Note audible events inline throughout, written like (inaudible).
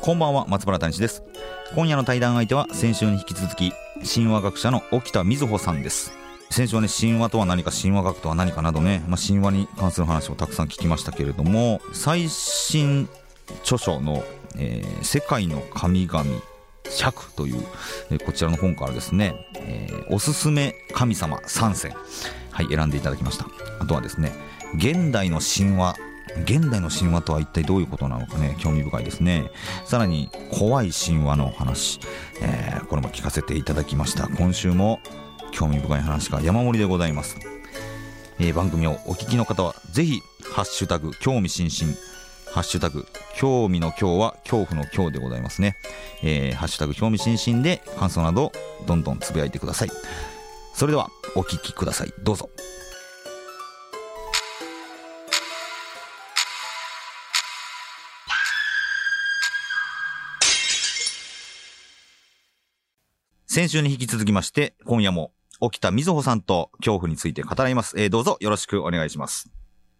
こんばんは松原谷史です今夜の対談相手は先週に引き続き神話学者の沖田瑞穂さんです先週はね神話とは何か神話学とは何かなどね、まあ、神話に関する話をたくさん聞きましたけれども最新著書の、えー世界の神々釈」という、えーこちらの本からですね、えーおすすめ神様3選はい選んでいただきましたあとはですね現代の神話現代の神話とは一体どういうことなのかね興味深いですねさらに怖い神話のお話、えーこれも聞かせていただきました今週も興味深い話が山盛りでございます、えー番組をお聞きの方はぜひ「ハッシュタグ興味津々」ハッシュタグ興味の今日は恐怖の今日でございますね、えーハッシュタグ興味津々で感想などどんどんつぶやいてくださいそれではお聞きくださいどうぞ先週に引き続きまして、今夜も沖田瑞穂さんと恐怖について語ります。えーどうぞよろしくお願いします。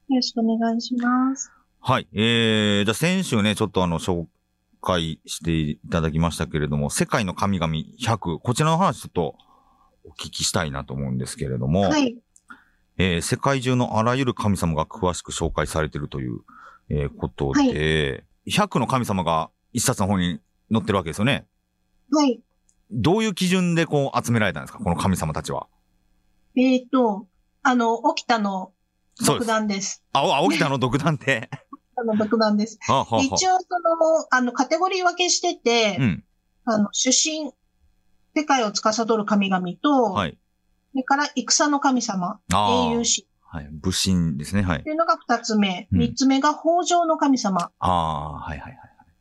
よろしくお願いします。はい。えー、じゃあ先週ね、ちょっとあの、紹介していただきましたけれども、世界の神々100、こちらの話ちょっとお聞きしたいなと思うんですけれども、はい。えー世界中のあらゆる神様が詳しく紹介されているという、えーことで、100の神様が一冊の方に載ってるわけですよね。はい。どういう基準でこう集められたんですかこの神様たちは。えーと、あの、沖田のそうです。独断です。あ、お青木田の独断 (laughs) で。あの、独断です。あはは一応、その、あの、カテゴリー分けしてて、うん。あの、出身、世界を司る神々と、はい。それから戦の神様、あ英あ雄。神はい。武神ですね。はいと。いうのが二つ目。うん三、つ目が北条の神様。ああー、はいはいはいはい。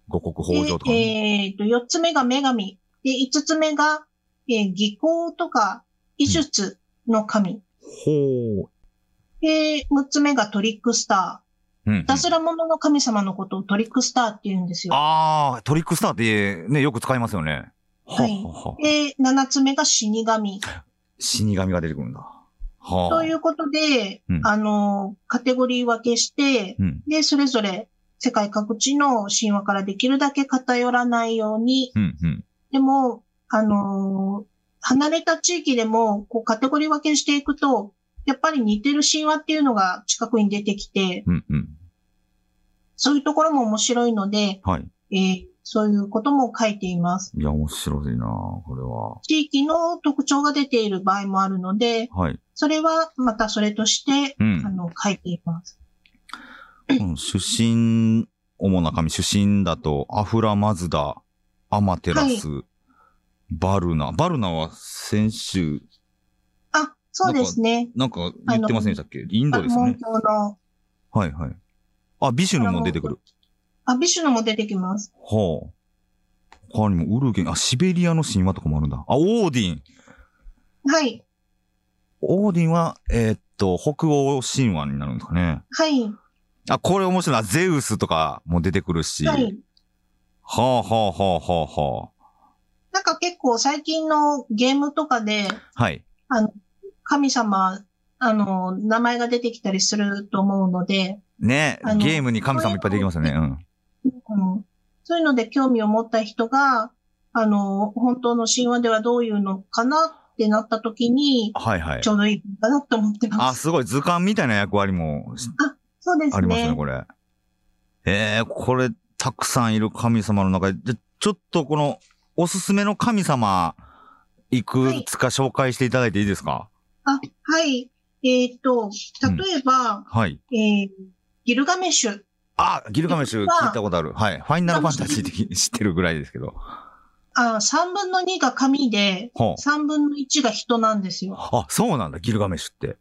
五穀豊穣とか、でね。えーと、四つ目が女神。で、五つ目が、えー、技巧とか、医術の神。ほで、六つ目がトリックスター。う。うん。ひたすらものの神様のことをトリックスターって言うんですよ。ああ、トリックスターってね、よく使いますよね。はいはははで、七つ目が死神。死神が出てくるんだ。はあ。ということで、うんあの、カテゴリー分けして、うん。で、それぞれ世界各地の神話からできるだけ偏らないように、うん、うん。でも、あの、離れた地域でも、こう、カテゴリー分けしていくと、やっぱり似てる神話っていうのが近くに出てきて、うん、うん。そういうところも面白いので、はい。えーそういうことも書いています。いや、面白いなこれは。地域の特徴が出ている場合もあるので、はい。それはまたそれとして、うんあ。の、書いています。うん出身、主な神、出身だと、アフラマズダ、アマテラス、バルナ。バルナは先週、あ、そうですね。なんか言ってませんでしたっけインドですよ門ね。教の、はいはい。あ、ビシュヌも出てくる。あ、ビシュのも出てきます。はあ。他にもウルゲン、あ、シベリアの神話とかもあるんだ。あ、オーディン。はい、オーディンは、えーっと、北欧神話になるんですかね。はい、あ、これ面白いな。ゼウスとかも出てくるし。は。はいあ、はあはあはあはなんか結構最近のゲームとかで、あ。はい。神様、あの、名前が出てきたりすると思うので、ねあのゲームに神様いっぱいできますよね。うん。うんそういうので興味を持った人が、あの、本当の神話ではどういうのかなってなった時に、はいはいち。ょうどいいかなと思ってます。あ、すごい。図鑑みたいな役割もしそうですね。ありますね、これ。えー、これ、たくさんいる神様の中で、じゃちょっとこの、おすすめの神様、いくつか紹介していただいていいですかあ、はい。えっ、と、例えば、はい。えーギルガメッシュ。あ、ギルガメッシュ聞いたことある。はい。ファイナルファンタジー的に知ってるぐらいですけど。あ、3分の2が神で、ほう。 3分の1が人なんですよ。あ、そうなんだ、ギルガメッシュって。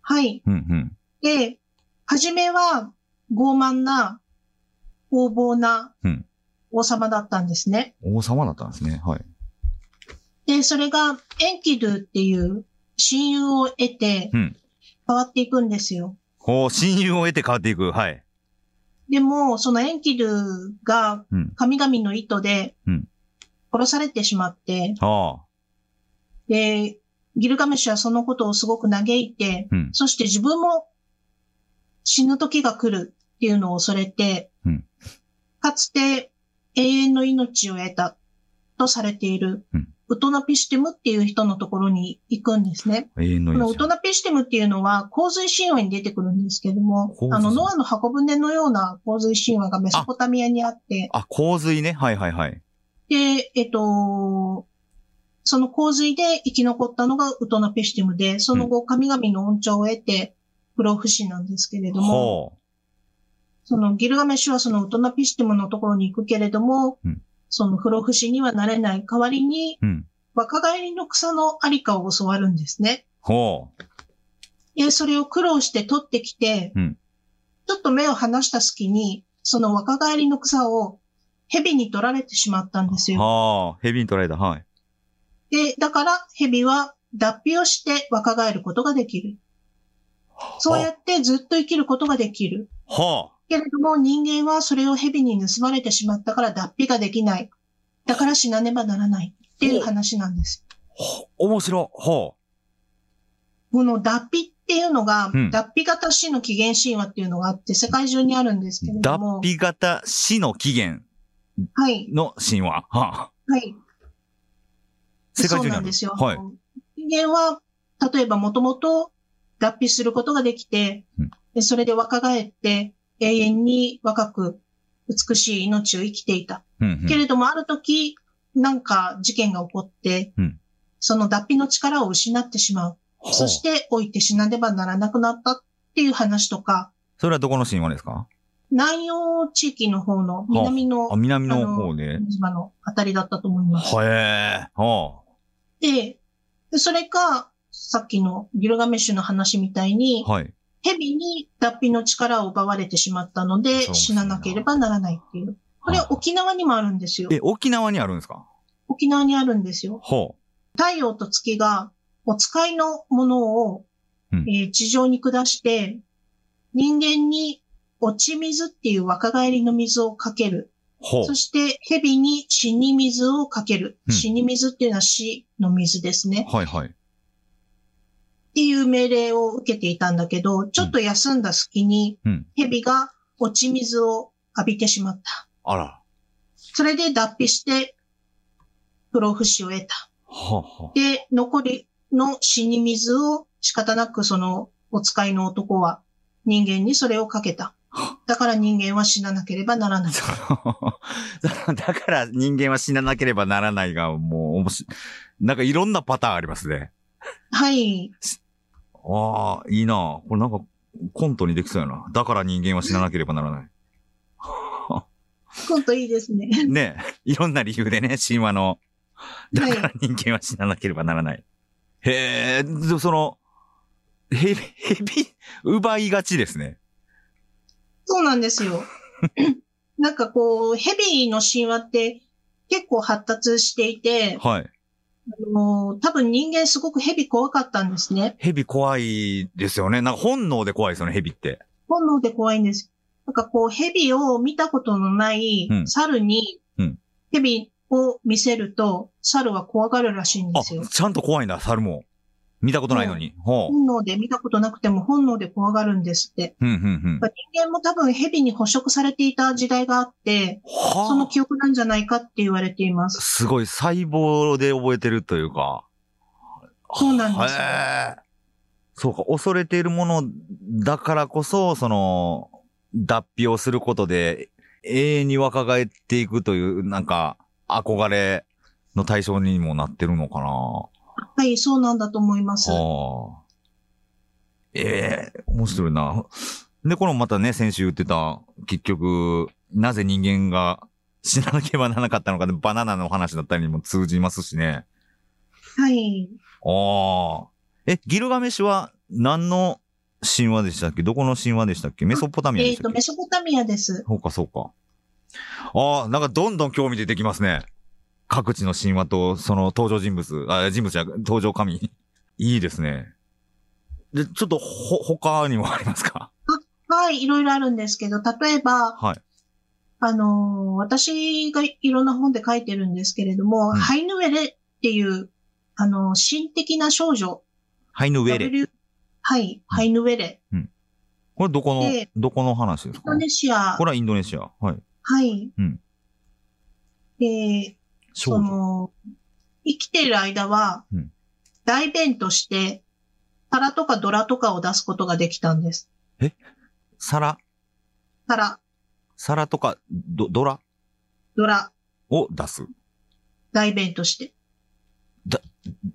はい。うんうん。で、はじめは、傲慢な、横暴なうん王様だったんですね。王様だったんですね。はい。で、それがエンキドゥっていう親友を得てうん変わっていくんですよ。こう、親友を得て変わっていく。はい。でも、そのエンキドゥがうん。神々の意図でうん殺されてしまって、はあ。で、ギルガメシュはそのことをすごく嘆いて、うん。そして自分も死ぬ時が来るっていうのを恐れて、うんかつて永遠の命を得たとされているうんウトナピシテムっていう人のところに行くんですね。永遠のこのウ命ト。ナピシテムっていうのは洪水神話に出てくるんですけども洪、水あの、ノアの箱舟のような洪水神話がメソポタミアにあって、あ、洪水ね。はいはいはい。で、えっと、その洪水で生き残ったのがウトナペシティムで、その後神々の恩寵を得て、不老不死なんですけれども、ほそのギルガメッシュはそのウトナペシティムのところに行くけれども、うんその不老不死にはなれない代わりに、う。うん。若返りの草のありかを教わるんですね。ほう。で、それを苦労して取ってきて、うんちょっと目を離した隙に、その若返りの草を蛇に取られてしまったんですよ。はあ。ヘビに取られた。はい。で、だから、蛇は脱皮をして若返ることができる。そうやってずっと生きることができる。はけれども、人間はそれを蛇に盗まれてしまったから脱皮ができない。だから死なねばならないっていう話なんです。あ。ほ面白。ほこの脱皮っていうのが、うん脱皮型死の起源神話っていうのがあって、世界中にあるんですけれう。ど脱も。皮型死の起源はい。の神話。はあ。はい。世界そう中にあなるんですよ。はい。人間は、例えばもともと脱皮することができて、うんでそれで若返って永遠に若く美しい命を生きていた。うんうけん。れどもある時、なんか事件が起こって、うんその脱皮の力を失ってしまう。ほうそして老いて死なねばならなくなったっていう話とか、それはどこの神話ですか南洋地域の方の南のあ、南の方で。島のあたりだったと思います。はえー。はで、でそれか、さっきのギルガメッシュの話みたいにあ。、はい。蛇に脱皮の力を奪われてしまったのそうで、ですね死ななければならないっていう。これは沖縄にもあるんですよ。え、沖縄にあるんですか沖縄にあるんですよ。ほ太陽と月が、お使いのものを、うんえー地上に下して、人間に落ち水っていう若返りの水をかける。う。ほうそ。して蛇に死に水をかける。うん死に水っていうのは死の水ですね。はいはい。っていう命令を受けていたんだけど、ちょっと休んだ隙にうん、蛇が落ち水を浴びてしまった。あら。それで脱皮して、不老不死を得た。はあ (laughs) はで、残りの死に水を仕方なくそのお使いの男は人間にそれをかけた。だから人間は死ななければな (laughs) らない。あ。だから人間は死ななければならないが、もう、おもし、なんかいろんなパターンありますね。はい。ああ、いいなこれなんか、コントにできそうやな。だから人間は死ななければならない。今度いいですね。 (laughs) ねえ、いろんな理由でね、神話の。だから人間は死ななければならない。へえ、でその、ヘビ、ヘビ、奪いがちですね。そうなんです (laughs) よ。なんかこう、蛇の神話って結構発達していて、はい。あのー多分人間すごく蛇怖かったんですね。ヘビ怖いですよね。なんか本能で怖いですよね、ヘビって。本能で怖いんです。なんかこう、蛇を見たことのないうん猿にうん、蛇を見せると、猿は怖がるらしいんであ、すよ。ちゃんと怖いんだ、猿も。見たことないのに。ほう。本能で見たことなくても本能で怖がるんですって。うん、うん、うん。やっぱ人間も多分蛇に捕食されていた時代があって、そのはあ。記憶なんじゃないかって言われています。すごい、細胞で覚えてるというか。そうなんですよへえ。そうか、恐れているものだからこそ、その、脱皮をすることで、永遠に若返っていくという、なんか、憧れの対象にもなってるのかな。はい、そうなんだと思います。はあ。ええ面白いな。で、これもまたね、先週言ってた、結局、なぜ人間が死ななければならなかったのかで、バナナの話だったりにも通じますしね。はい。ああ。え、ギルガメシュは何の神話でしたっけどこの神話でしたっけメソポタミアえでっ、したと、っけメソポタミアです。そうか、そうか。ああ、なんかどんどん興味出てきますね。各地の神話と、その登場人物、あ、人物じゃ、登場神。 (laughs) いいですね。で、ちょっと、ほ、他にもありますかはい、いろいろあるんですけど、例えば、はい。あのー私がいろんな本で書いてるんですけれども、うんハイヌウェレっていう、あのー、神的な少女。ハイヌウェレ。 W はい、ハイヌウェレ。これどこので、どこの話ですインドかネシア。これはインドネシア。はい。はい。うんで、少そ女。の、生きている間はうん、大便として、タラとかドラとかを出すことができたんです。皿、タラ、皿とか、ど、ドラドラ、を出す。大便として。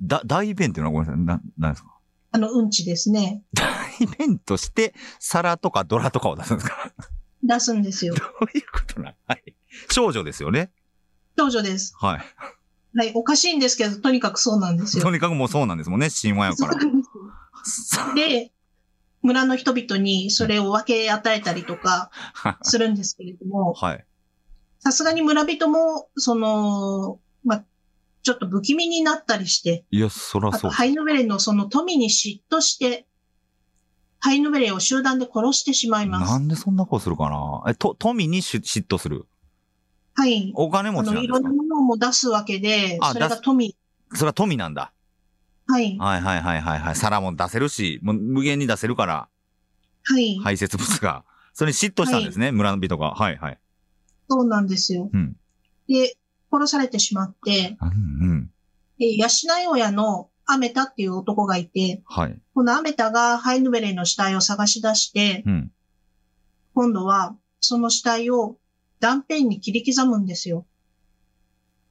だ、大便っていうのはごめんなさい。な、なんですかあの、うんちですね。大便として、皿とかドラとかを出すんですか (laughs) 出すんですよど。ういうことなのはい。少女ですよね。少女です。はい。はい、おかしいんですけど、とにかくそうなんですよと。にかくもうそうなんですもんね、神話やから。さで、村の人々にそれを分け与えたりとかするんですけれども、 (laughs) はい。さすがに村人も、その、ま、ちょっと不気味になったりして、いや、そらあそと、う。ハイヌベレのその富に嫉妬して、ハイヌベレを集団で殺してしまいまなす。んでそんなことするかなえ、と、富にし嫉妬する。はい。お金あ持ちなの、んでいろすんなかものも出すわけで、あそれ出がす富。それは富なんだ。はい。はいはいはいはいはい。皿も出せるし、もう無限に出せるから、はい。排泄物が。それに嫉妬したんですね、村の人が。はいはい。そうなんですよ。うん。で、殺されてしまって、うんうん。で養い親のアメタっていう男がいて、はい。このアメタがハイヌベレの死体を探し出して、うん。今度はその死体を断片に切り刻むんですよ。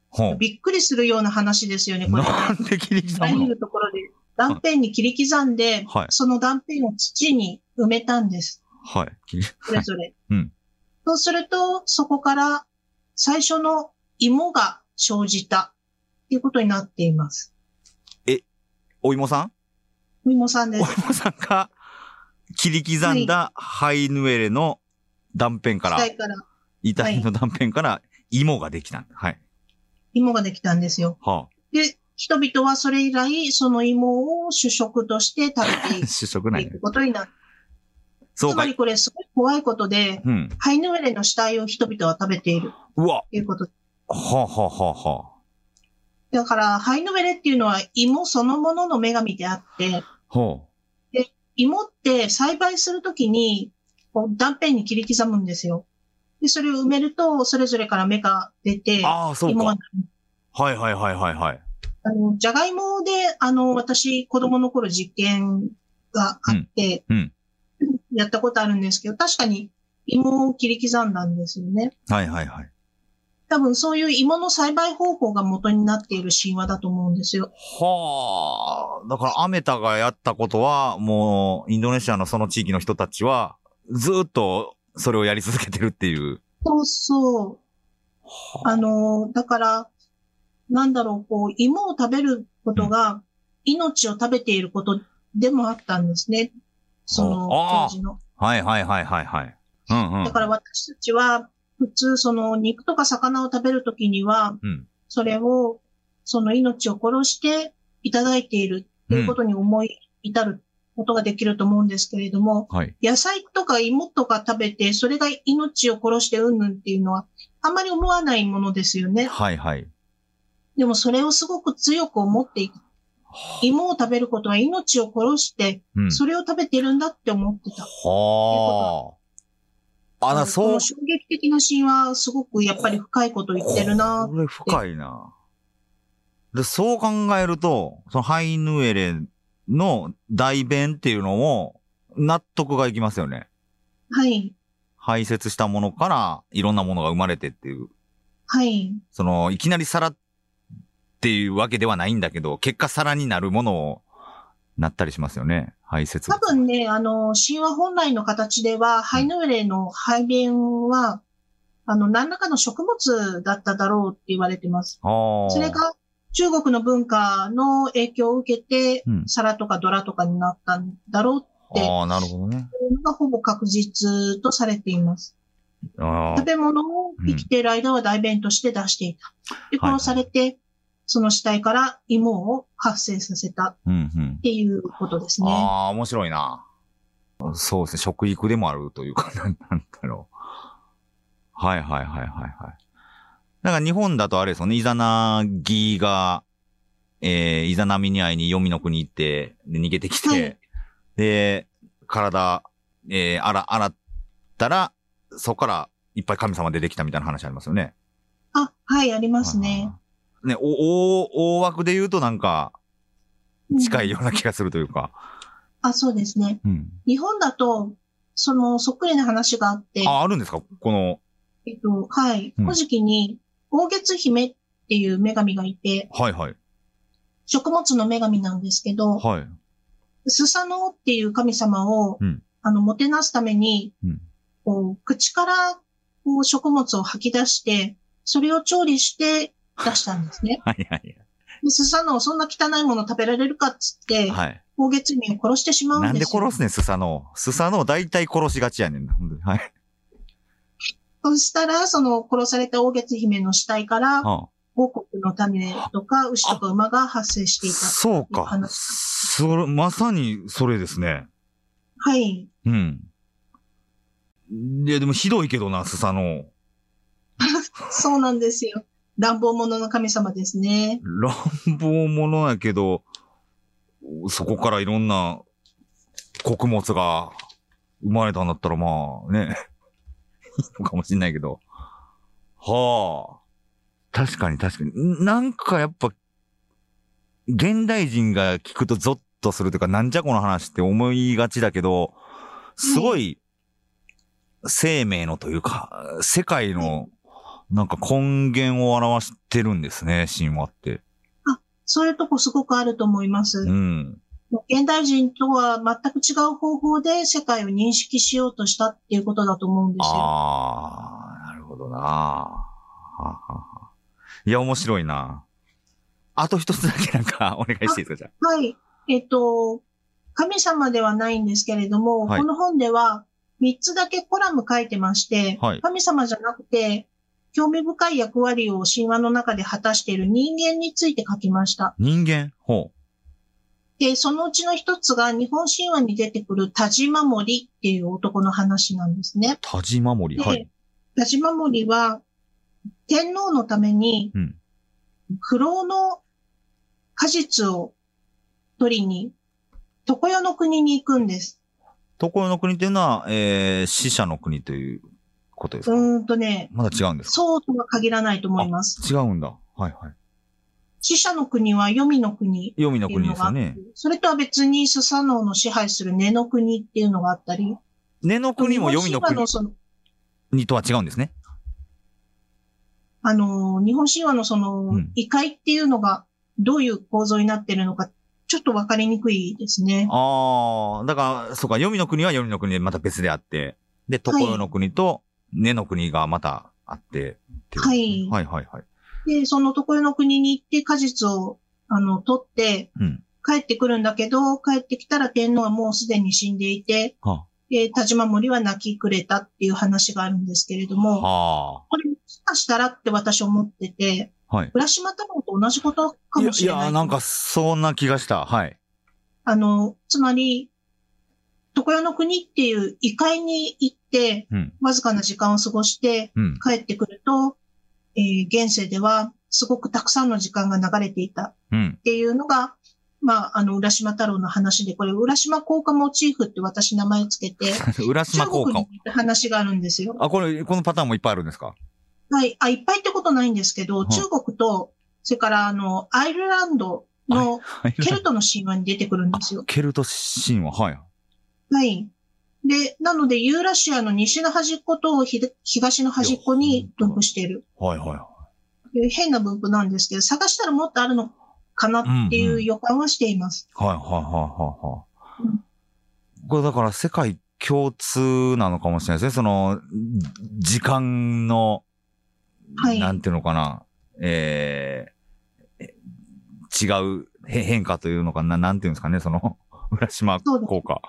ほう。びっくりするような話ですよね、これ。なんで切り刻あらゆむのるところで断片に切り刻んで、はいその断片を土に埋めたんです。はい。切りそれぞれ。うんそうすると、そこから最初の芋が生じたっていうことになっています。お芋さん芋さんでおす。芋さんが切り刻んだハイヌエレの断片から、死体から遺体の断片から芋ができたんだ。はい。芋ができたんですよ。はで、人々はそれ以来、その芋を主食として食べてあ。いく主食ないっねて。ことになる。そうつまか。りこれすごい怖いことで、うん。ハイヌエレの死体を人々は食べているうわ。ということではあ、はあはあはあ、だから、ハイヌエレっていうのは芋そのものの女神であって、ほ芋って栽培するときに、こう断片に切り刻むんですよ。で、それを埋めると、それぞれから芽が出てう。、ああ、そう芋かが。はいはいはいはいはい。あの、じゃがいもで、あの、私、子供の頃実験があって、うんやったことあるんですけど、確かに芋を切り刻んだんですよね。はいはいはい。多分そういう芋の栽培方法が元になっている神話だと思うんですよ。はあ。だから、アメタがやったことは、もう、インドネシアのその地域の人たちは、ずーっと、それをやり続けてるっていう。そうそう。あの、だから、なんだろう、こう、芋を食べることが、命を食べていることでもあったんですね。そのああ当時の。はいはいはいはいはい。うんうん。だから私たちは、普通、その肉とか魚を食べるときには、うん。それを、その命を殺していただいているということに思い至ることができると思うんですけれども、はい。野菜とか芋とか食べて、それが命を殺してうんぬんっていうのは、あんまり思わないものですよね。はいはい。でもそれをすごく強く思っていく。芋を食べることは命を殺して、うん。それを食べてるんだって思ってた。はあ。あ、だからこそうの、衝撃的なシーンはすごくやっぱり深いこと言ってるなこれ深いな。で、そう考えると、そのハイヌエレの代弁っていうのも、納得がいきますよね。はい。排泄したものから、いろんなものが生まれてっていう。はい。その、いきなり皿っていうわけではないんだけど、結果皿になるものを、なったりしますよね。排泄物。多分ね、あの、神話本来の形では、ハイヌーレの排便は、あの、何らかの食物だっただろうって言われてます。ああ。それが、中国の文化の影響を受けてうん、皿とかドラとかになったんだろうってああ、なるほどね。いうのがほぼ確実とされています。あ食べ物を生きている間は代弁として出していた。で、はいはい殺されて、その死体から芋を発生させたっーうんうん。ていうことですね。ああ、面白いな。そうですね、食育でもあるというか、 (laughs) なんなんだろう。はいはいはいはいはい。なんか日本だとあれですよね、イザナギが、えー、イザナミに会いに黄泉の国行って、で逃げてきて、はいで、体、えー、洗、洗ったら、そこからいっぱい神様出てきたみたいな話ありますよね。あ、はい、ありますはいね。はいはい。ね、お、お大枠で言うとなんか、近いうんような気がするというか。あ、そうですね。うん。日本だと、その、そっくりな話があって、あ、あるんですかこの、えっと、はい、うん古事記に、大月姫っていう女神がいて、はいはい。食物の女神なんですけど、はい。スサノオっていう神様を、うんあの、もてなすために、うん。こう、口から、こう、食物を吐き出して、それを調理して出したんですね (laughs) はいはいでスサノオ、そんな汚いもの食べられるかっつって、はい。大月姫を殺してしまうんですなよ。んで殺すねん、スサノオ。スサノオ大体殺しがちやねんな。ほんではい。そしたら、その、殺された大月姫の死体から、は五穀の種とか、牛とか馬が発生してあ、いた。そういいか。話それ、まさにそれですね。はい。うん。いや、でもひどいけどな、スサノオ。そうなんですよ。乱暴者の神様ですね。乱暴者やけど、そこからいろんな穀物が生まれたんだったらまあね、 (laughs) いいのかもしんないけど。はあ。確かに確かに。んなんかやっぱ、現代人が聞くとゾッとするというか、なんじゃこの話って思いがちだけど、すごい、生命のというか、世界の、なんか根源を表してるんですね、神話って。そういうとこすごくあると思います。うん。現代人とは全く違う方法で世界を認識しようとしたっていうことだと思うんですよ。ああ、なるほどな。はあはあはいや、面白いな。あと一つだけなんかお願いしていいですか、じゃはい。えっと、神様ではないんですけれども、はいこの本では3つだけコラム書いてまして、はい神様じゃなくて、興味深い役割を神話の中で果たしている人間について書きましたあ。。人間ほで、そのうちの一つが日本神話に出てくる田島守っていう男の話なんですねう。。田島守。ではい。田島守は、天皇のためにうん、不老の果実を取りに、常世の国に行くんです。常世の国っていうのは、えー、死者の国ということですか、うーんとね、まだ違うんですかそうとは限らないと思います。違うんだ。はいはい。死者の国は黄泉の国黄泉のっていう国のですがあよって、ね。それとは別にスサノオの支配する根の国っていうのがあったり、根の国も黄泉の日本神話国そのにとは違うんですね。あの、日本神話のその、うん異界っていうのがどういう構造になってるのか、ちょっとわかりにくいですね。ああ、だから、そうか、黄泉の国は黄泉の国でまた別であって、で、常世の国と根の国がまたあってっていうことですね、ははいはいはい。で、その常世の国に行って果実を、あの、取って、うん。帰ってくるんだけど、帰ってきたら天皇はもうすでに死んでいて、はで、田島守は泣き暮れたっていう話があるんですけれども、はこれ、もしかしたらって私思ってて、あ。はい。浦島太郎と同じことかいやもしれない。いや、なんか、そんな気がした。はい。あの、つまり、常世の国っていう異界に行って、うん。わずかな時間を過ごしてうん。帰ってくると、えー現世ではすごくたくさんの時間が流れていたっうん。 (laughs) ていうのが、まあ、あの、浦島太郎の話で、これ、浦島効果モチーフって私名前つけて、浦島中効国果に行った話があるんですよ。あ、これ、このパターンもいっぱいあるんですかはい。あ、いっぱいってことないんですけど、い中国と、それから、あの、アイルランドのケルトの神話に出てくるんですよ。ケルト神話、はい。はい。で、なので、ユーラシアの西の端っことひで東の端っこに分布している。はいはい。いう変な分布なんですけど、探したらもっとあるのかなっていんううんう予感はしています。はいはいはいはいはうんい。これだから世界共通なのかもしれないですね。その、時間の、はいなんていうのかな、えーえ違うへ変化というのかな、なんていうんですかね、その、 (laughs) 浦島そうです効果。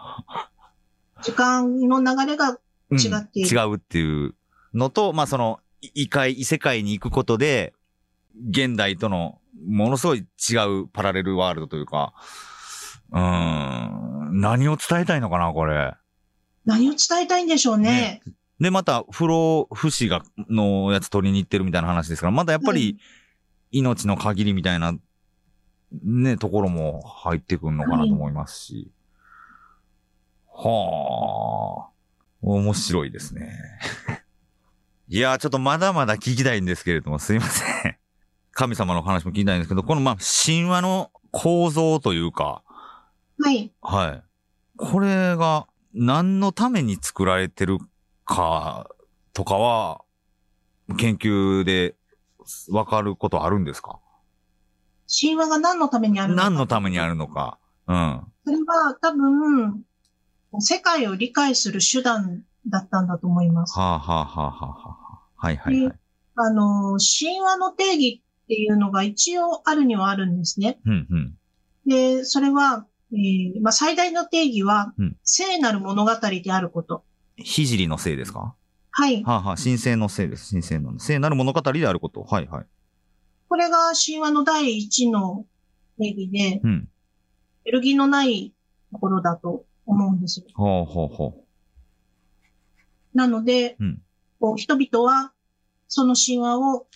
時間の流れが違っているうん違うっていうのと、まあその、い異界、異世界に行くことで、現代とのものすごい違うパラレルワールドというか、うーん、何を伝えたいのかな、これ。何を伝えたいんでしょうね。で、また、不老不死が、のやつ取りに行ってるみたいな話ですから、またやっぱはり、命の限りみたいな、ね、ところも入ってくるのかなと思いますし。はあ、面白いですね。 (laughs) いやー、ちょっとまだまだ聞きたいんですけれども、すいません。神様の話も聞きたいんですけど、このまあ、神話の構造というか、はい。はい。これが何のために作られてるかとかは、研究でわかることあるんですか神話が何のためにあるのか。何のためにあるのか。うん。それは多分、世界を理解する手段だったんだと思います。はあ、はあはあはあはあ、はいはいはい。あの、神話の定義っていうのが一応あるにはあるんですね。うんうん。で、それは、えーまあ、最大の定義は、うん聖なる物語であること。ひじりのせいですかはい。はあ、はあ、神聖のせいです。神聖なの。聖なる物語であること。はいはい。これが神話の第一の定義で、うん。揺るぎのないところだと思うんですよ。ほうほうほなので、うんこう人々は、その神話を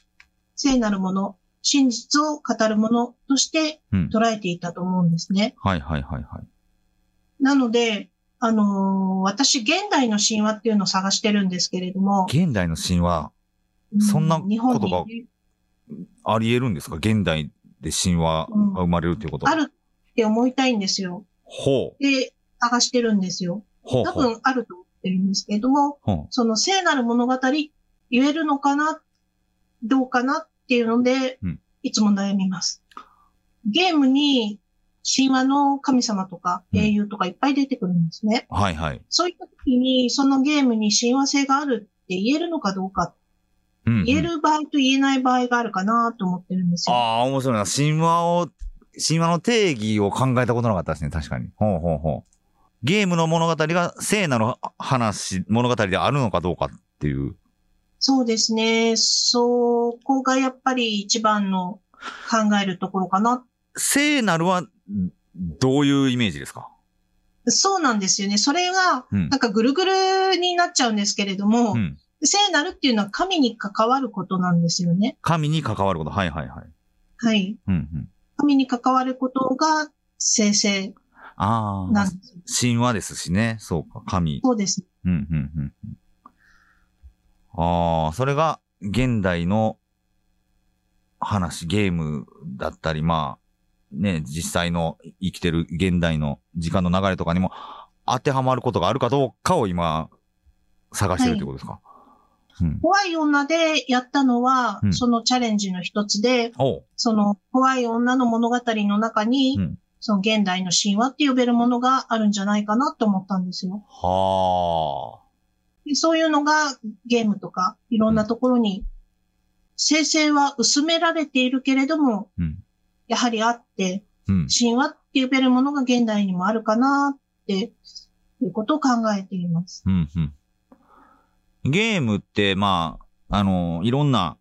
聖なるもの、真実を語るものとしてう。うん。捉えていたと思うんですね。はいはいはいはい。なので、あのー私、現代の神話っていうのを探してるんですけれども、現代の神話、うそんな日本ことがにねあり得るんですか現代で神話が生まれるということはあるって思いたいんですよ。ほう。で、探してるんですよ。ほう多ほう。分あると思ってるんですけれども、ほうその聖なる物語言えるのかなどうかなっていうので、うんいつも悩みます。ゲームに神話の神様とかうん英雄とかいっぱい出てくるんですね。はいはい。そういった時にそのゲームに親和性があるって言えるのかどうか、うんうん言える場合と言えない場合があるかなと思ってるんですあよ。あ、面白いな。神話を、神話の定義を考えたことなかったですね。確かに。ほうほうほう。ゲームの物語が聖なる話、物語であるのかどうかっていう。そうですね。そこがやっぱり一番の考えるところかな。聖なるは、どういうイメージですかそうなんですよね。それが、うんなん。かぐるぐるになっちゃうんですけれども、うん。聖なるっていうのは神に関わることなんですよね。神に関わること。はいはいはい。はい。うんうん。神に関わることが生成あなあん、ですよ。神話ですしね。そうか、神。そうです。うんうんうんうん。ああ、それが現代の話、ゲームだったり、まあ、ね、実際の生きてる現代の時間の流れとかにも当てはまることがあるかどうかを今、探してるってことですか、うん。怖い女でやったのは、うんそのチャレンジの一つで、おうその怖い女の物語の中に、うんその現代の神話って呼べるものがあるんじゃないかなと思ったんですよ。はでそういうのがゲームとかいろんなところに、生成は薄められているけれどあ。も、うん。やはりあって、うん。神話って呼べるものが現代にもあるかなっていうことを考えています。うん、うん。ゲームって、まあ、あの、いろんな、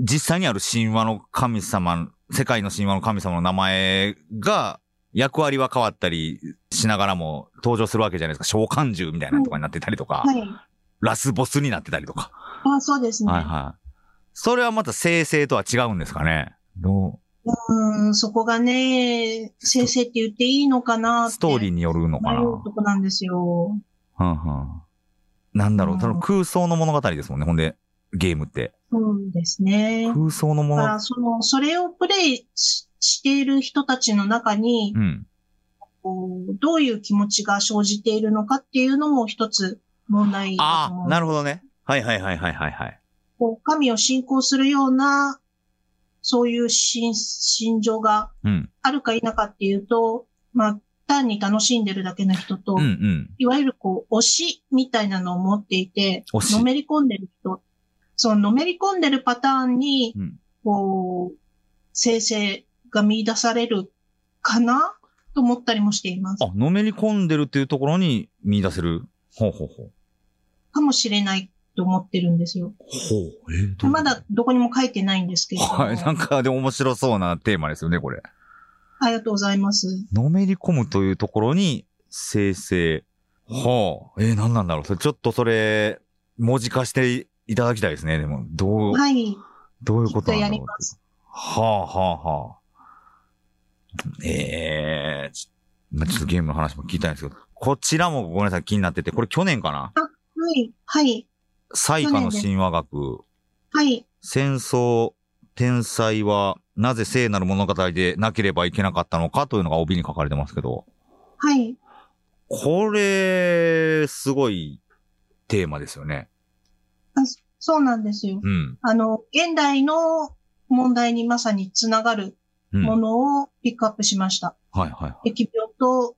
実際にある神話の神様、世界の神話の神様の名前が、役割は変わったりしながらも登場するわけじゃないですか。召喚獣みたいなのとかになってたりとか、はい。ラスボスになってたりとか。あそうですね。はいはい。それはまた生成とは違うんですかね。どうん、そこがね、先生って言っていいのかなうって。ストーリーによるのか迷な。うとこなんですよ。うんうんなんだろうう、んその空想の物語ですもんね。ほんで、ゲームって。そうですね。空想のだ物語から、。その、それをプレイししている人たちの中に、うん。こう、どういう気持ちが生じているのかっていうのも一つ問題だとあ思あ、う。なるほどね。はいはいはいはいはいはい。こう神を信仰するような、そういう心心情がうん。あるか否かっていうと、まあ、単に楽しんでるだけの人と、うんうん。いわゆるこう、推しみたいなのを持っていて、推しのめり込んでる人、そののめり込んでるパターンに、うんこう、生成が見出されるかなと思ったりもしています。あ、のめり込んでるっていうところに見出せる。ほうほうほう。かもしれないって思ってるんですよ。ほう。えーどうまだどこにも書いてないんですけれども。はい。なんか、でも面白そうなテーマですよね、これ。ありがとうございます。のめり込むというところに、生成。はあ。えー、何なんだろう。それちょっとそれ、文字化していただきたいですね。でも、どう、はい。どういうきこっととなんだやろうります。はあはあはあ。ええちまあちょっとゲームの話も聞きたいんですけど、こちらもごめんなさい気になってて、これ去年かなはい。はい。サイカの神話学、はい。戦争、天才はなぜ聖なる物語でなければいけなかったのかというのが帯に書かれてますけど、はい。これ、すごいテーマですよね。そうなんですよ。うん。あの、現代の問題にまさにつながるうん。もはいのをピックアップしました。は疫病と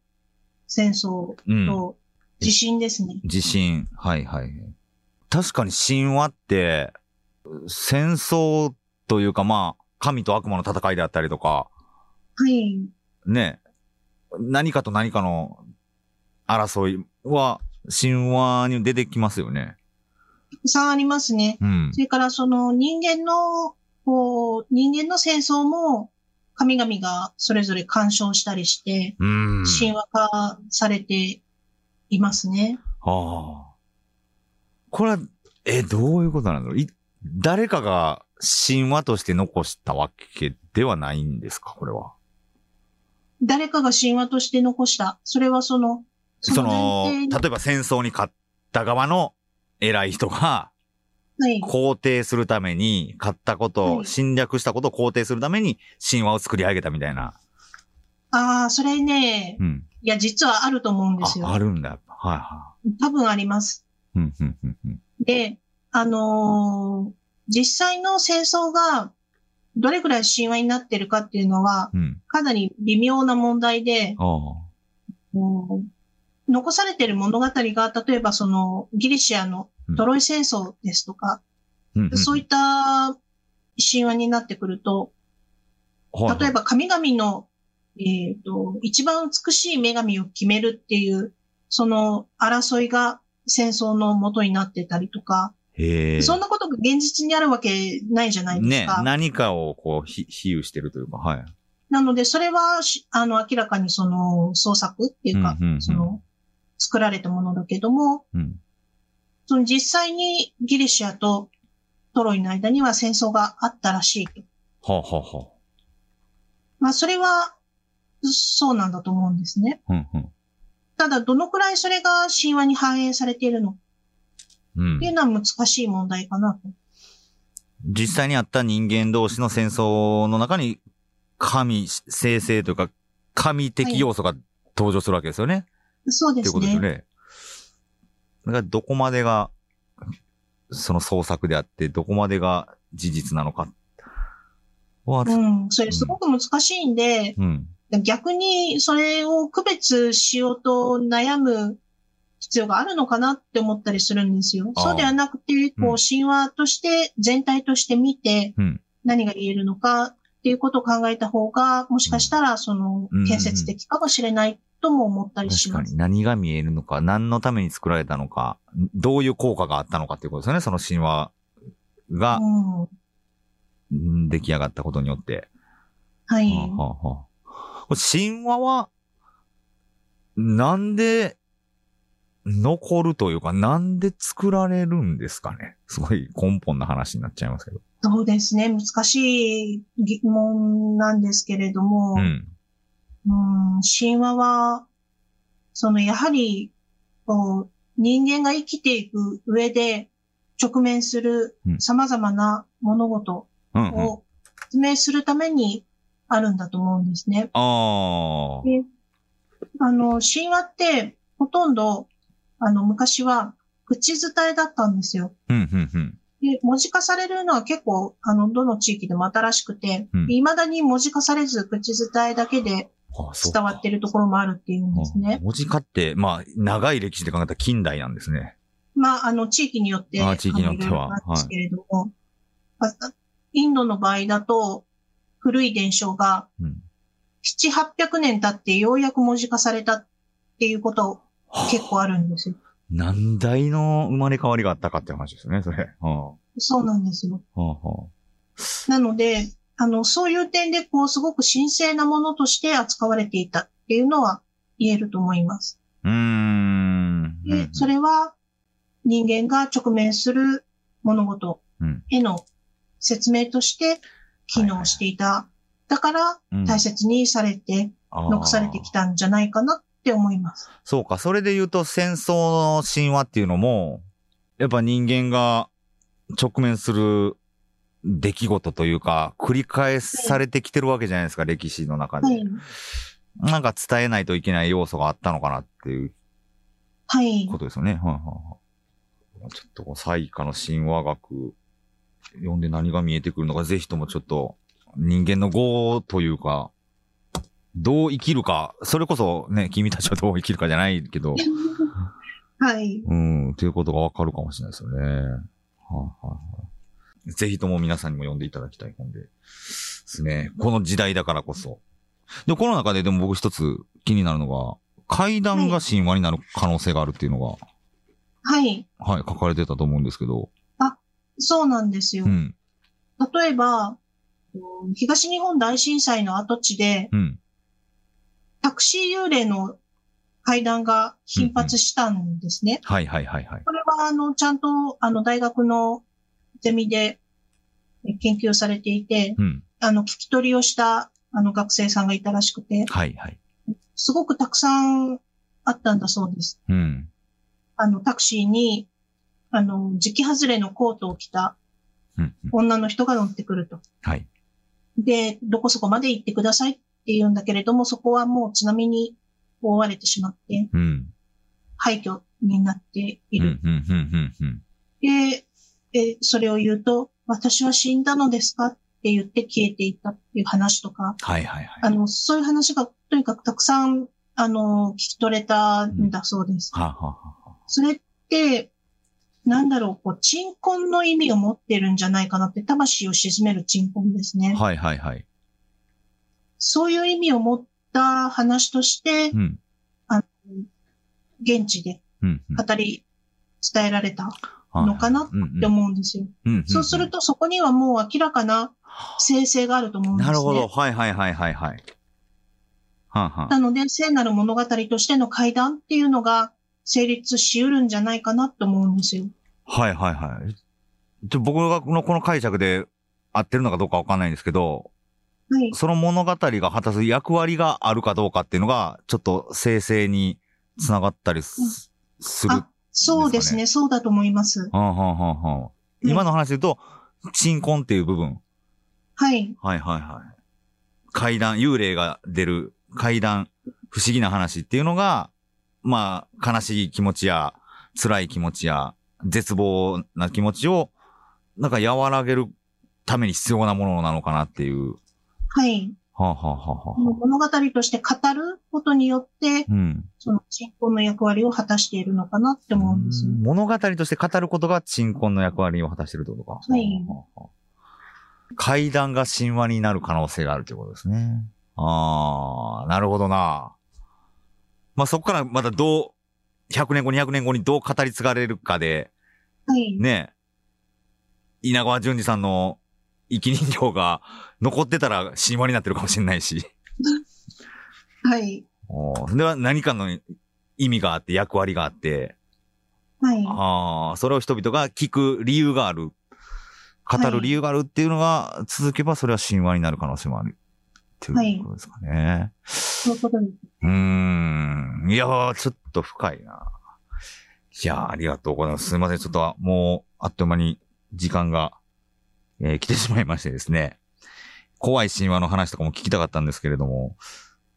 戦争い。うん。と地震ですね。地震。はいはい。確かに神話って、戦争というかまあ、神と悪魔の戦いであったりとか、はい。ね、何かと何かの争いは神話に出てきますよね。たくさんありますね。うんそ。れからその人間の、こう、人間の戦争も神々がそれぞれ干渉したりして、うん。神話化されていますね。ああ。これは、え、どういうことなんだろうい誰かが神話として残したわけではないんですかこれは。誰かが神話として残した。それはその、その、前提例えば戦争に勝った側の偉い人がはい。肯定するために、勝ったこと、はい侵略したことを肯定するために神話を作り上げたみたいな。ああ、それね、うん。いや、実はあると思うんですあ、よあ。るんだ。やっぱはいは多分あります。い。うん、うん、うん、うん。で、あのー実際の戦争がどれくらい神話になってるかっていうのは、うん。かなり微妙な問題で、あうん残されてる物語が、例えばそのギリシアのトロイ戦争ですとか、あ。そういった神話になってくると、うんうん例え、ば神々の、えっ、と、一番美しい女神を決めるっていう、その争いが戦争の元になってたりとか、へえ。そんなことが現実にあるわけないじゃないですねか。、何かをこう、ひ、比喩してるというか、はい。なので、それはし、あの、明らかにその、創作っていうか、うんうんうんその、作られたものだけども、うん。その実際にギリシアとトロイの間には戦争があったらしいと。はあ、はあ、はまあ、それは、そうなんだと思うんですね。あ。うん、うん。ただ、どのくらいそれが神話に反映されているのかうんっていうのは難しい問題かなと。実際にあった人間同士の戦争の中に、神、生成というか、神的要素が登場するわけですよね。そうっでていうすことですよね。ね。だからどこまでが、その創作であって、どこまでが事実なのか。は、うん、それすごく難しいんで、うん。逆にそれを区別しようと悩む必要があるのかなって思ったりするんですよ。あーそうではなくて、うこんう神話として、全体として見てうん、何が言えるのかっていうことを考えた方が、もしかしたらそのうん建設的かもしれないとも思ったりし確かまにす。何が見えるのか、何のために作られたのか、どういう効果があったのかっていうことですよね。その神話がうん、はうん出来上がったことによって。い。はあはあはあこれ神話は、なんで、残るというか、なんで作られるんですかねすごい根本な話になっちゃいますけど。そうですね。難しい疑問なんですけれども、うん。うん、神話は、そのやはり、こう、人間が生きていく上で直面するうん様々な物事うん、うん。あを説明するためにあるんだと思うんですね。あー。であの、神話ってほとんど、あの、昔は口伝えだったんですよ。うん、うん、うん。で、文字化されるのは結構、あの、どの地域でも新しくて、うん未だに文字化されず口伝えだけでああそう伝わってるところもあるっていうんですねああ。文字化って、まあ、長い歴史で考えたら近代なんですね。まあ、あの、地域によって、あ地域によってはあのいろいろなんですけれども、まあインドの場合だと、古い伝承が、うん。 7、800年経ってようやく文字化されたっていうこと、結構あるんですよ。何代の生まれ変わりがあったかって話ですよね、それ。はそうなんですよ。あ、はあ、はなので、あの、そういう点で、こう、すごく神聖なものとして扱われていたっていうのは言えると思います。あ。うーん。うでん、それは人間が直面する物事うんへの説明として機能していた。だから、うん大切にされて、残されてきたんじゃないかなって思います。そうか、それで言うと戦争の神話っていうのも、やっぱ人間が直面する出来事というか、繰り返されてきてるわけじゃないですか、歴史の中で。はい。なんか伝えないといけない要素があったのかなっていうはい。ことですよね。はいはいはい。ちょっとこう、最下の神話学、読んで何が見えてくるのか、ぜひともちょっと、人間の業というか、どう生きるか、それこそね、君たちはどう生きるかじゃないけど、はい。うん、ということがわかるかもしれないですよね。はいはいはい。ぜひとも皆さんにも読んでいただきたい本でですね。この時代だからこそ。で、この中ででも僕一つ気になるのが、階段が神話になる可能性があるっていうのが、はい。はい、書かれてたと思うんですけど。そうなんですよ。うん、例えば、うん東日本大震災の跡地で、うん、タクシー幽霊の会談が頻発したんですね。はいはいはいはい。これは、あの、ちゃんと、あの、大学のゼミでえ研究されていて、うん、あの、聞き取りをした、あの、学生さんがいたらしくて、はいはい。すごくたくさんあったんだそうです。うん、あの、タクシーに、あの、時期外れのコートを着たうん、うん女の人が乗ってくると。はい。で、どこそこまで行ってくださいって言うんだけれども、そこはもう津波に覆われてしまって、うん、廃墟になってういん、うる。ん、うん、うん、うん。で、え、それを言うと、私は死んだのですかって言って消えていったっていう話とか、はいはいはい。あの、そういう話がとにかくたくさん、あの、聞き取れたんだそうです。はあ、はあはあはあ、それって、なんだろう、こう、鎮魂の意味を持ってるんじゃないかなって、魂を鎮める鎮魂ですね。はいはいはい。そういう意味を持った話としてう、ん、現地でうん、うん。語り伝えられたっはいのかなうんうんて思うんですよ。うんんんそうすると、そこにはもう明らかな生成があると思うんですね。なるほど。。はいはいはいはいはい。はんはんなので、聖なる物語としての会談っていうのが成立し得るんじゃないかなと思うんですよ。はいはいはい。ちょ僕がこのこの解釈で合ってるのかどうかわかんないんですけど、はい。その物語が果たす役割があるかどうかっていうのが、ちょっと生成につながったりす,、る。あ、そうですね。そうだと思います。はんはんはんはん。今の話で言うと、鎮魂っていう部分。はい。はいはいはい。階段、幽霊が出る階段、不思議な話っていうのが、まあ、悲しい気持ちや、辛い気持ちや、絶望な気持ちを、なんか和らげるために必要なものなのかなっていう。はい。はあ、はあはあはこのあ、物語として語ることによって、うん。その信仰の役割を果たしているのかなって思うんですよ。物語として語ることが鎮魂の役割を果たしているってことか。はいはあはあ階段が神話になる可能性があるということですね。ああ、なるほどな。まあ、そこからまたどう、100年後、200年後にどう語り継がれるかで、はい。ね、稲川淳二さんの生き人形が残ってたら神話になってるかもしれないし。はい。おーそれは何かの意味があって、役割があって、はい。ああ、それを人々が聞く理由がある。語る理由があるっていうのが続けば、それは神話になる可能性もある。っていうことですかね。そういうことです。うーん。いやー、ちょっと深いな。いやー、ありがとうございます。すいません。ちょっと、もう、あっという間に時間が、えー来てしまいましてですね。怖い神話の話とかも聞きたかったんですけれども、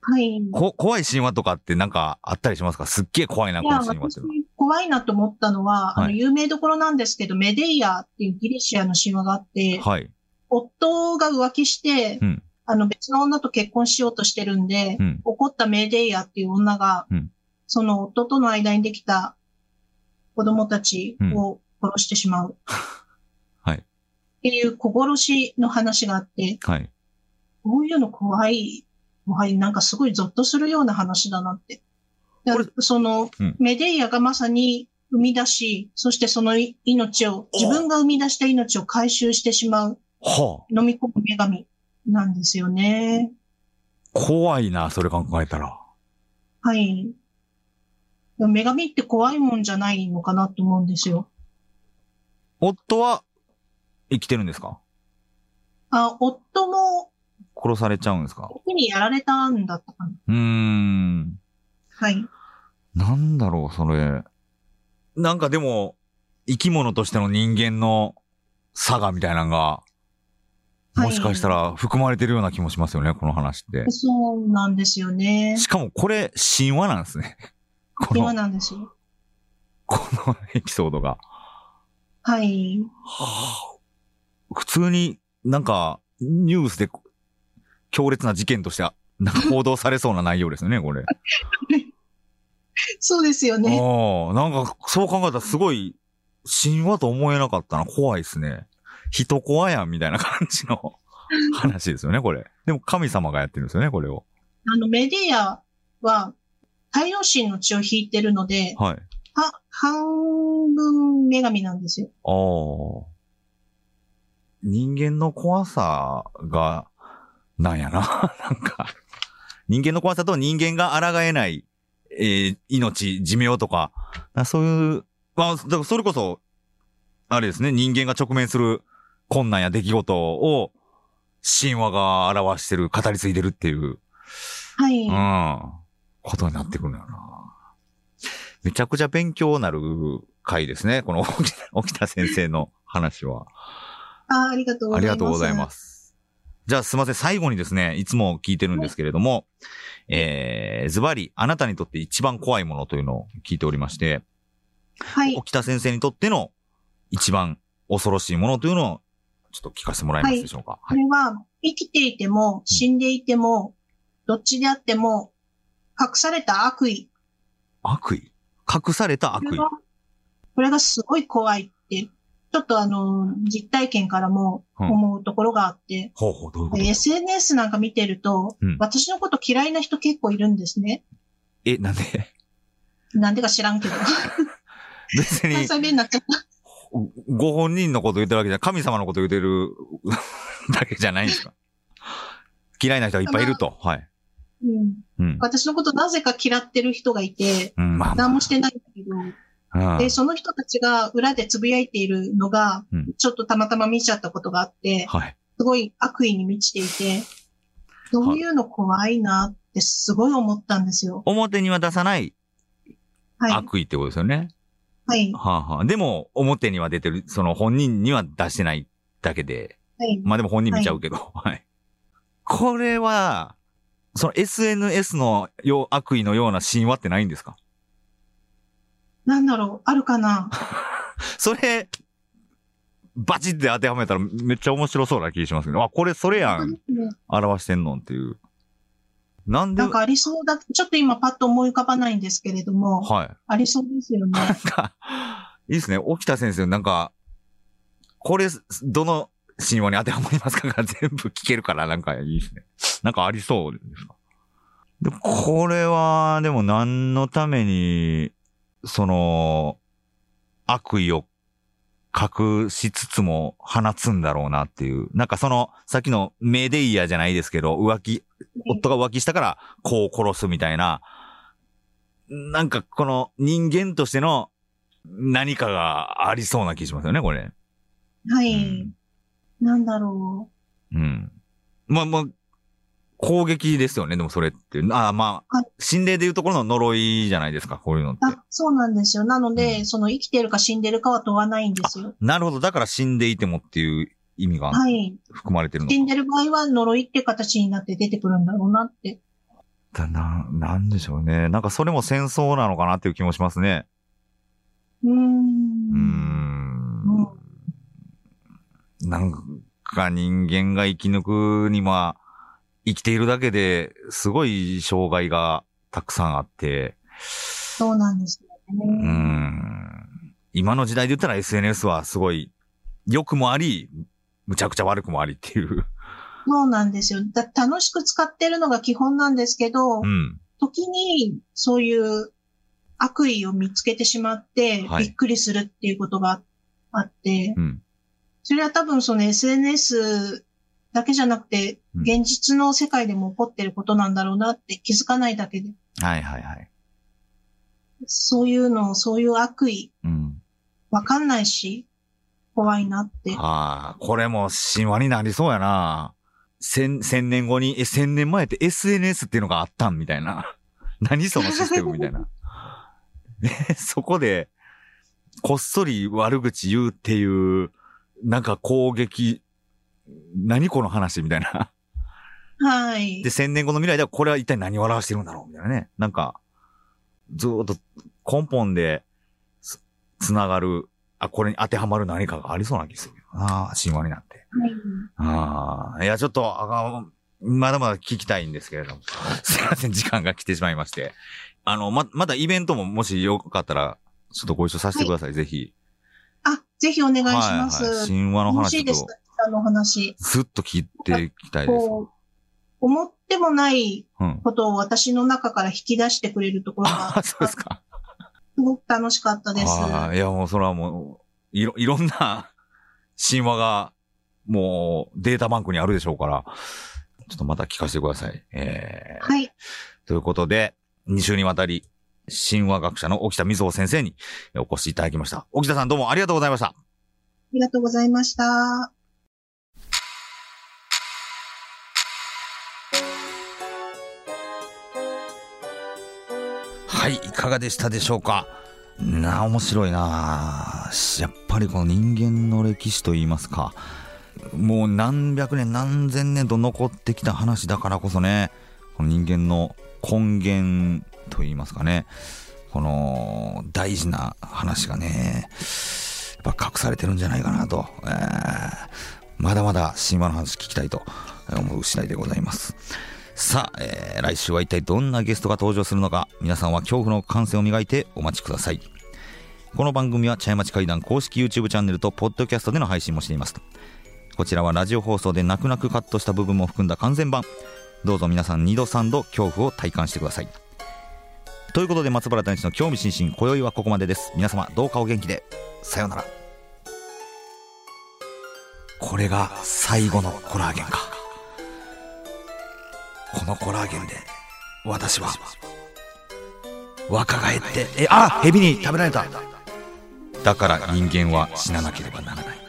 はい。こ、怖い神話とかってなんかあったりしますかすっげー怖いな、いこのや、神話っ私ていうのは。、怖いなと思ったのは、あはの、い有名どころなんですけど、メデイアっていうギリシアの神話があって、はい。夫が浮気して、うんあの、別の女と結婚しようとしてるんで、うん。怒ったメデイアっていう女が、うんその夫との間にできた子供たちを殺してしまう。 (laughs) はいっていう小殺しの話があって、はい。こういうの怖い、怖い、なんかすごいゾッとするような話だなって。だこれその、うんメデイアがまさに生み出し、そしてそのい命を、自分が生み出した命を回収してしまう、は飲み込む女神なんですよね。あ、怖いな、それ考えたら。はい。でも女神って怖いもんじゃないのかなと思うんですよ。夫は、生きてるんですかあ、夫も、殺されちゃうんですか手にやられたんだったかな。うーん。はい。なんだろう、それ。なんかでも、生き物としての人間の差がみたいなのが、はいもしかしたら含まれてるような気もしますよね、この話って。そうなんですよね。しかもこれ、神話なんですね。この、今なんですよ。このエピソードが。はい。普通になんか、ニュースで強烈な事件として、なんか報道されそうな内容ですよね、これ。そうですよね。ああ、なんか、そう考えたらすごい、神話と思えなかったな。怖いですね。人怖やん、みたいな感じの話ですよね、これ。でも神様がやってるんですよね、これを。あの、メディアは、太陽神の血を引いてるので、はい。は、半分女神なんですよ。ああ。人間の怖さが、なん (laughs) やな。なんか、人間の怖さと人間が抗えない、えー命、寿命とか、あそういう、まあ、だからそれこそ、あれですね、人間が直面する困難や出来事を、神話が表してる、語り継いでるっていう、はい。うん、ことになってくるんだよな。めちゃくちゃ勉強なる回ですね、この (laughs) 沖田沖田先生の話は。あありがとうごあざいりがます。。とうございますす。じゃあすいません、最後にですね、いつも聞いてるんですけれども、えー、ズバリ、あなたにとって一番怖いものというのを聞いておりまして、はい。沖田先生にとっての一番恐ろしいものというのを、ちょっと聞かせてもらえますでしょうか。はこい。れは、生きていても、死んでいても、どっちであっても、隠された悪意。悪意隠されたこ悪れ意。が、これがすごい怖いって、ちょっとあの、実体験からも思うところがあって、ほうほう、どういうこでと SNS なんか見てると、うん私のこと嫌いな人結構いるんですね。え、なんでなんでか知らんけど。別に (laughs) 関、西弁になっちゃった。ご本人のこと言ってるわけじゃ、神様のこと言ってる (laughs) だけじゃないんですか。嫌いな人がいっぱいいると。はい。ううん。ん。私のことなぜか嫌ってる人がいて、うん、まあまあ何もしてないんだけど、うんで、その人たちが裏で呟いているのがうん、ちょっとたまたま見ちゃったことがあって、はい。すごい悪意に満ちていて、そういうの怖いなってすごい思ったんですよ。表には出さないはい。悪意ってことですよね。はい。はあ、はあ、でも、表には出てる、その本人には出してないだけで。はい。まあでも本人見ちゃうけど。はい。これは、その SNS のよう悪意のような神話ってないんですかなんだろう、あるかなそれ、バチって当てはめたらめっちゃ面白そうな気がしますけど。あ、これそれやん。表してんのっていう。なんで、なんかありそうだ、ちょっと今パッと思い浮かばないんですけれども、はい。ありそうですよね。なんか、いいですね。沖田先生、なんか、これ、どの神話に当てはまりますか (laughs) が全部聞けるから、なんかいいですね。なんかありそうですか。で、これは、でも何のために、その、悪意を隠しつつも放つんだろうなっていう。なんかその、さっきのメディアじゃないですけど、浮気、夫が浮気したから、こう殺すみたいな、なんかこの人間としての何かがありそうな気しますよね、これ。はういん。。なんだろうん。まあまあ、攻撃ですよね、でもそれって。ああまあは、心霊でいうところの呪いじゃないですか、こういうのってう。。あ、そうなんですよ。なので、うんその生きてるか死んでるかは問わないんですよ。なるほど、だから死んでいてもっていう意味がはい。含まれてるのか死んでる場合は呪いって形になって出てくるんだろうなって。だな、なんでしょうね。なんかそれも戦争なのかなっていう気もしますね。ううーーん。ん。なんか人間が生き抜くには、生きているだけですごい障害がたくさんあって、そうなんですようーね。ん。今の時代で言ったら SNS はすごい、良くもあり、むちゃくちゃ悪くもありっていう。そうなんですよ。だ楽しく使ってるのが基本なんですけど、うん。時にそういう悪意を見つけてしまっては、いびっくりするっていうことがあって、うん。それは多分その SNS だけじゃなくて、うん現実の世界でも起こってることなんだろうなって気づかないだけで、はいはいはい。そういうのを、そういう悪意、うん。わかんないし、怖いなって。ああ、これも神話になりそうやな。千、千年後に、え、千年前って SNS っていうのがあったんみたいな。 (laughs) 何そのシステムみた (laughs) いな。で、そこで、こっそり悪口言うっていう、なんか攻撃、何この話みたいな。はいで、。千年後の未来ではこれは一体何を表してるんだろうみたいなね。なんか、ずーっと根本でつ、つながる、あ、これに当てはまる何かがありそうな気がするけどな。神話になって。はいああ、いや、ちょっと、あまだまだ聞きたいんですけれども。 (laughs) すいません、時間が来てしまいまして。あの、ま、まだイベントももしよかったら、ちょっとご一緒させてください、ぜひ。あ、ぜひお願いします。はいはい、神話の楽し話いちょでっすと、。あのお話。ずっと聞いていきたいです。こう、思ってもないうん。ことを私の中から引き出してくれるところあが、すそうですか。ごく楽しかったです。ああいや、もうそれはもう、いろ、いろんな (laughs) 神話が、もう、データバンクにあるでしょうから、ちょっとまた聞かせてください。えーはい。ということで、2週にわたり、神話学者の沖田瑞穂先生にお越しいただきました。沖田さんどうもありがとうございました。ありがとうございました。はい、いかがでしたでしょうかなあ面白いなあやっぱりこの人間の歴史といいますかもう何百年何千年と残ってきた話だからこそねこの人間の根源といいますかねこの大事な話がねやっぱ隠されてるんじゃないかなと、えーまだまだ神話の話聞きたいと思う次第でございますさあ、えー来週は一体どんなゲストが登場するのか皆さんは恐怖の感性を磨いてお待ちくださいこの番組は茶屋町会談公式 YouTube チャンネルとポッドキャストでの配信もしていますこちらはラジオ放送で泣く泣くカットした部分も含んだ完全版どうぞ皆さん2度3度恐怖を体感してくださいということで松原谷氏の興味津々今宵はここまでです皆様どうかお元気でさようならこれが最後のコラーゲンかこのコラーゲンで私は若返ってえあ蛇に食べられただから人間は死ななければならない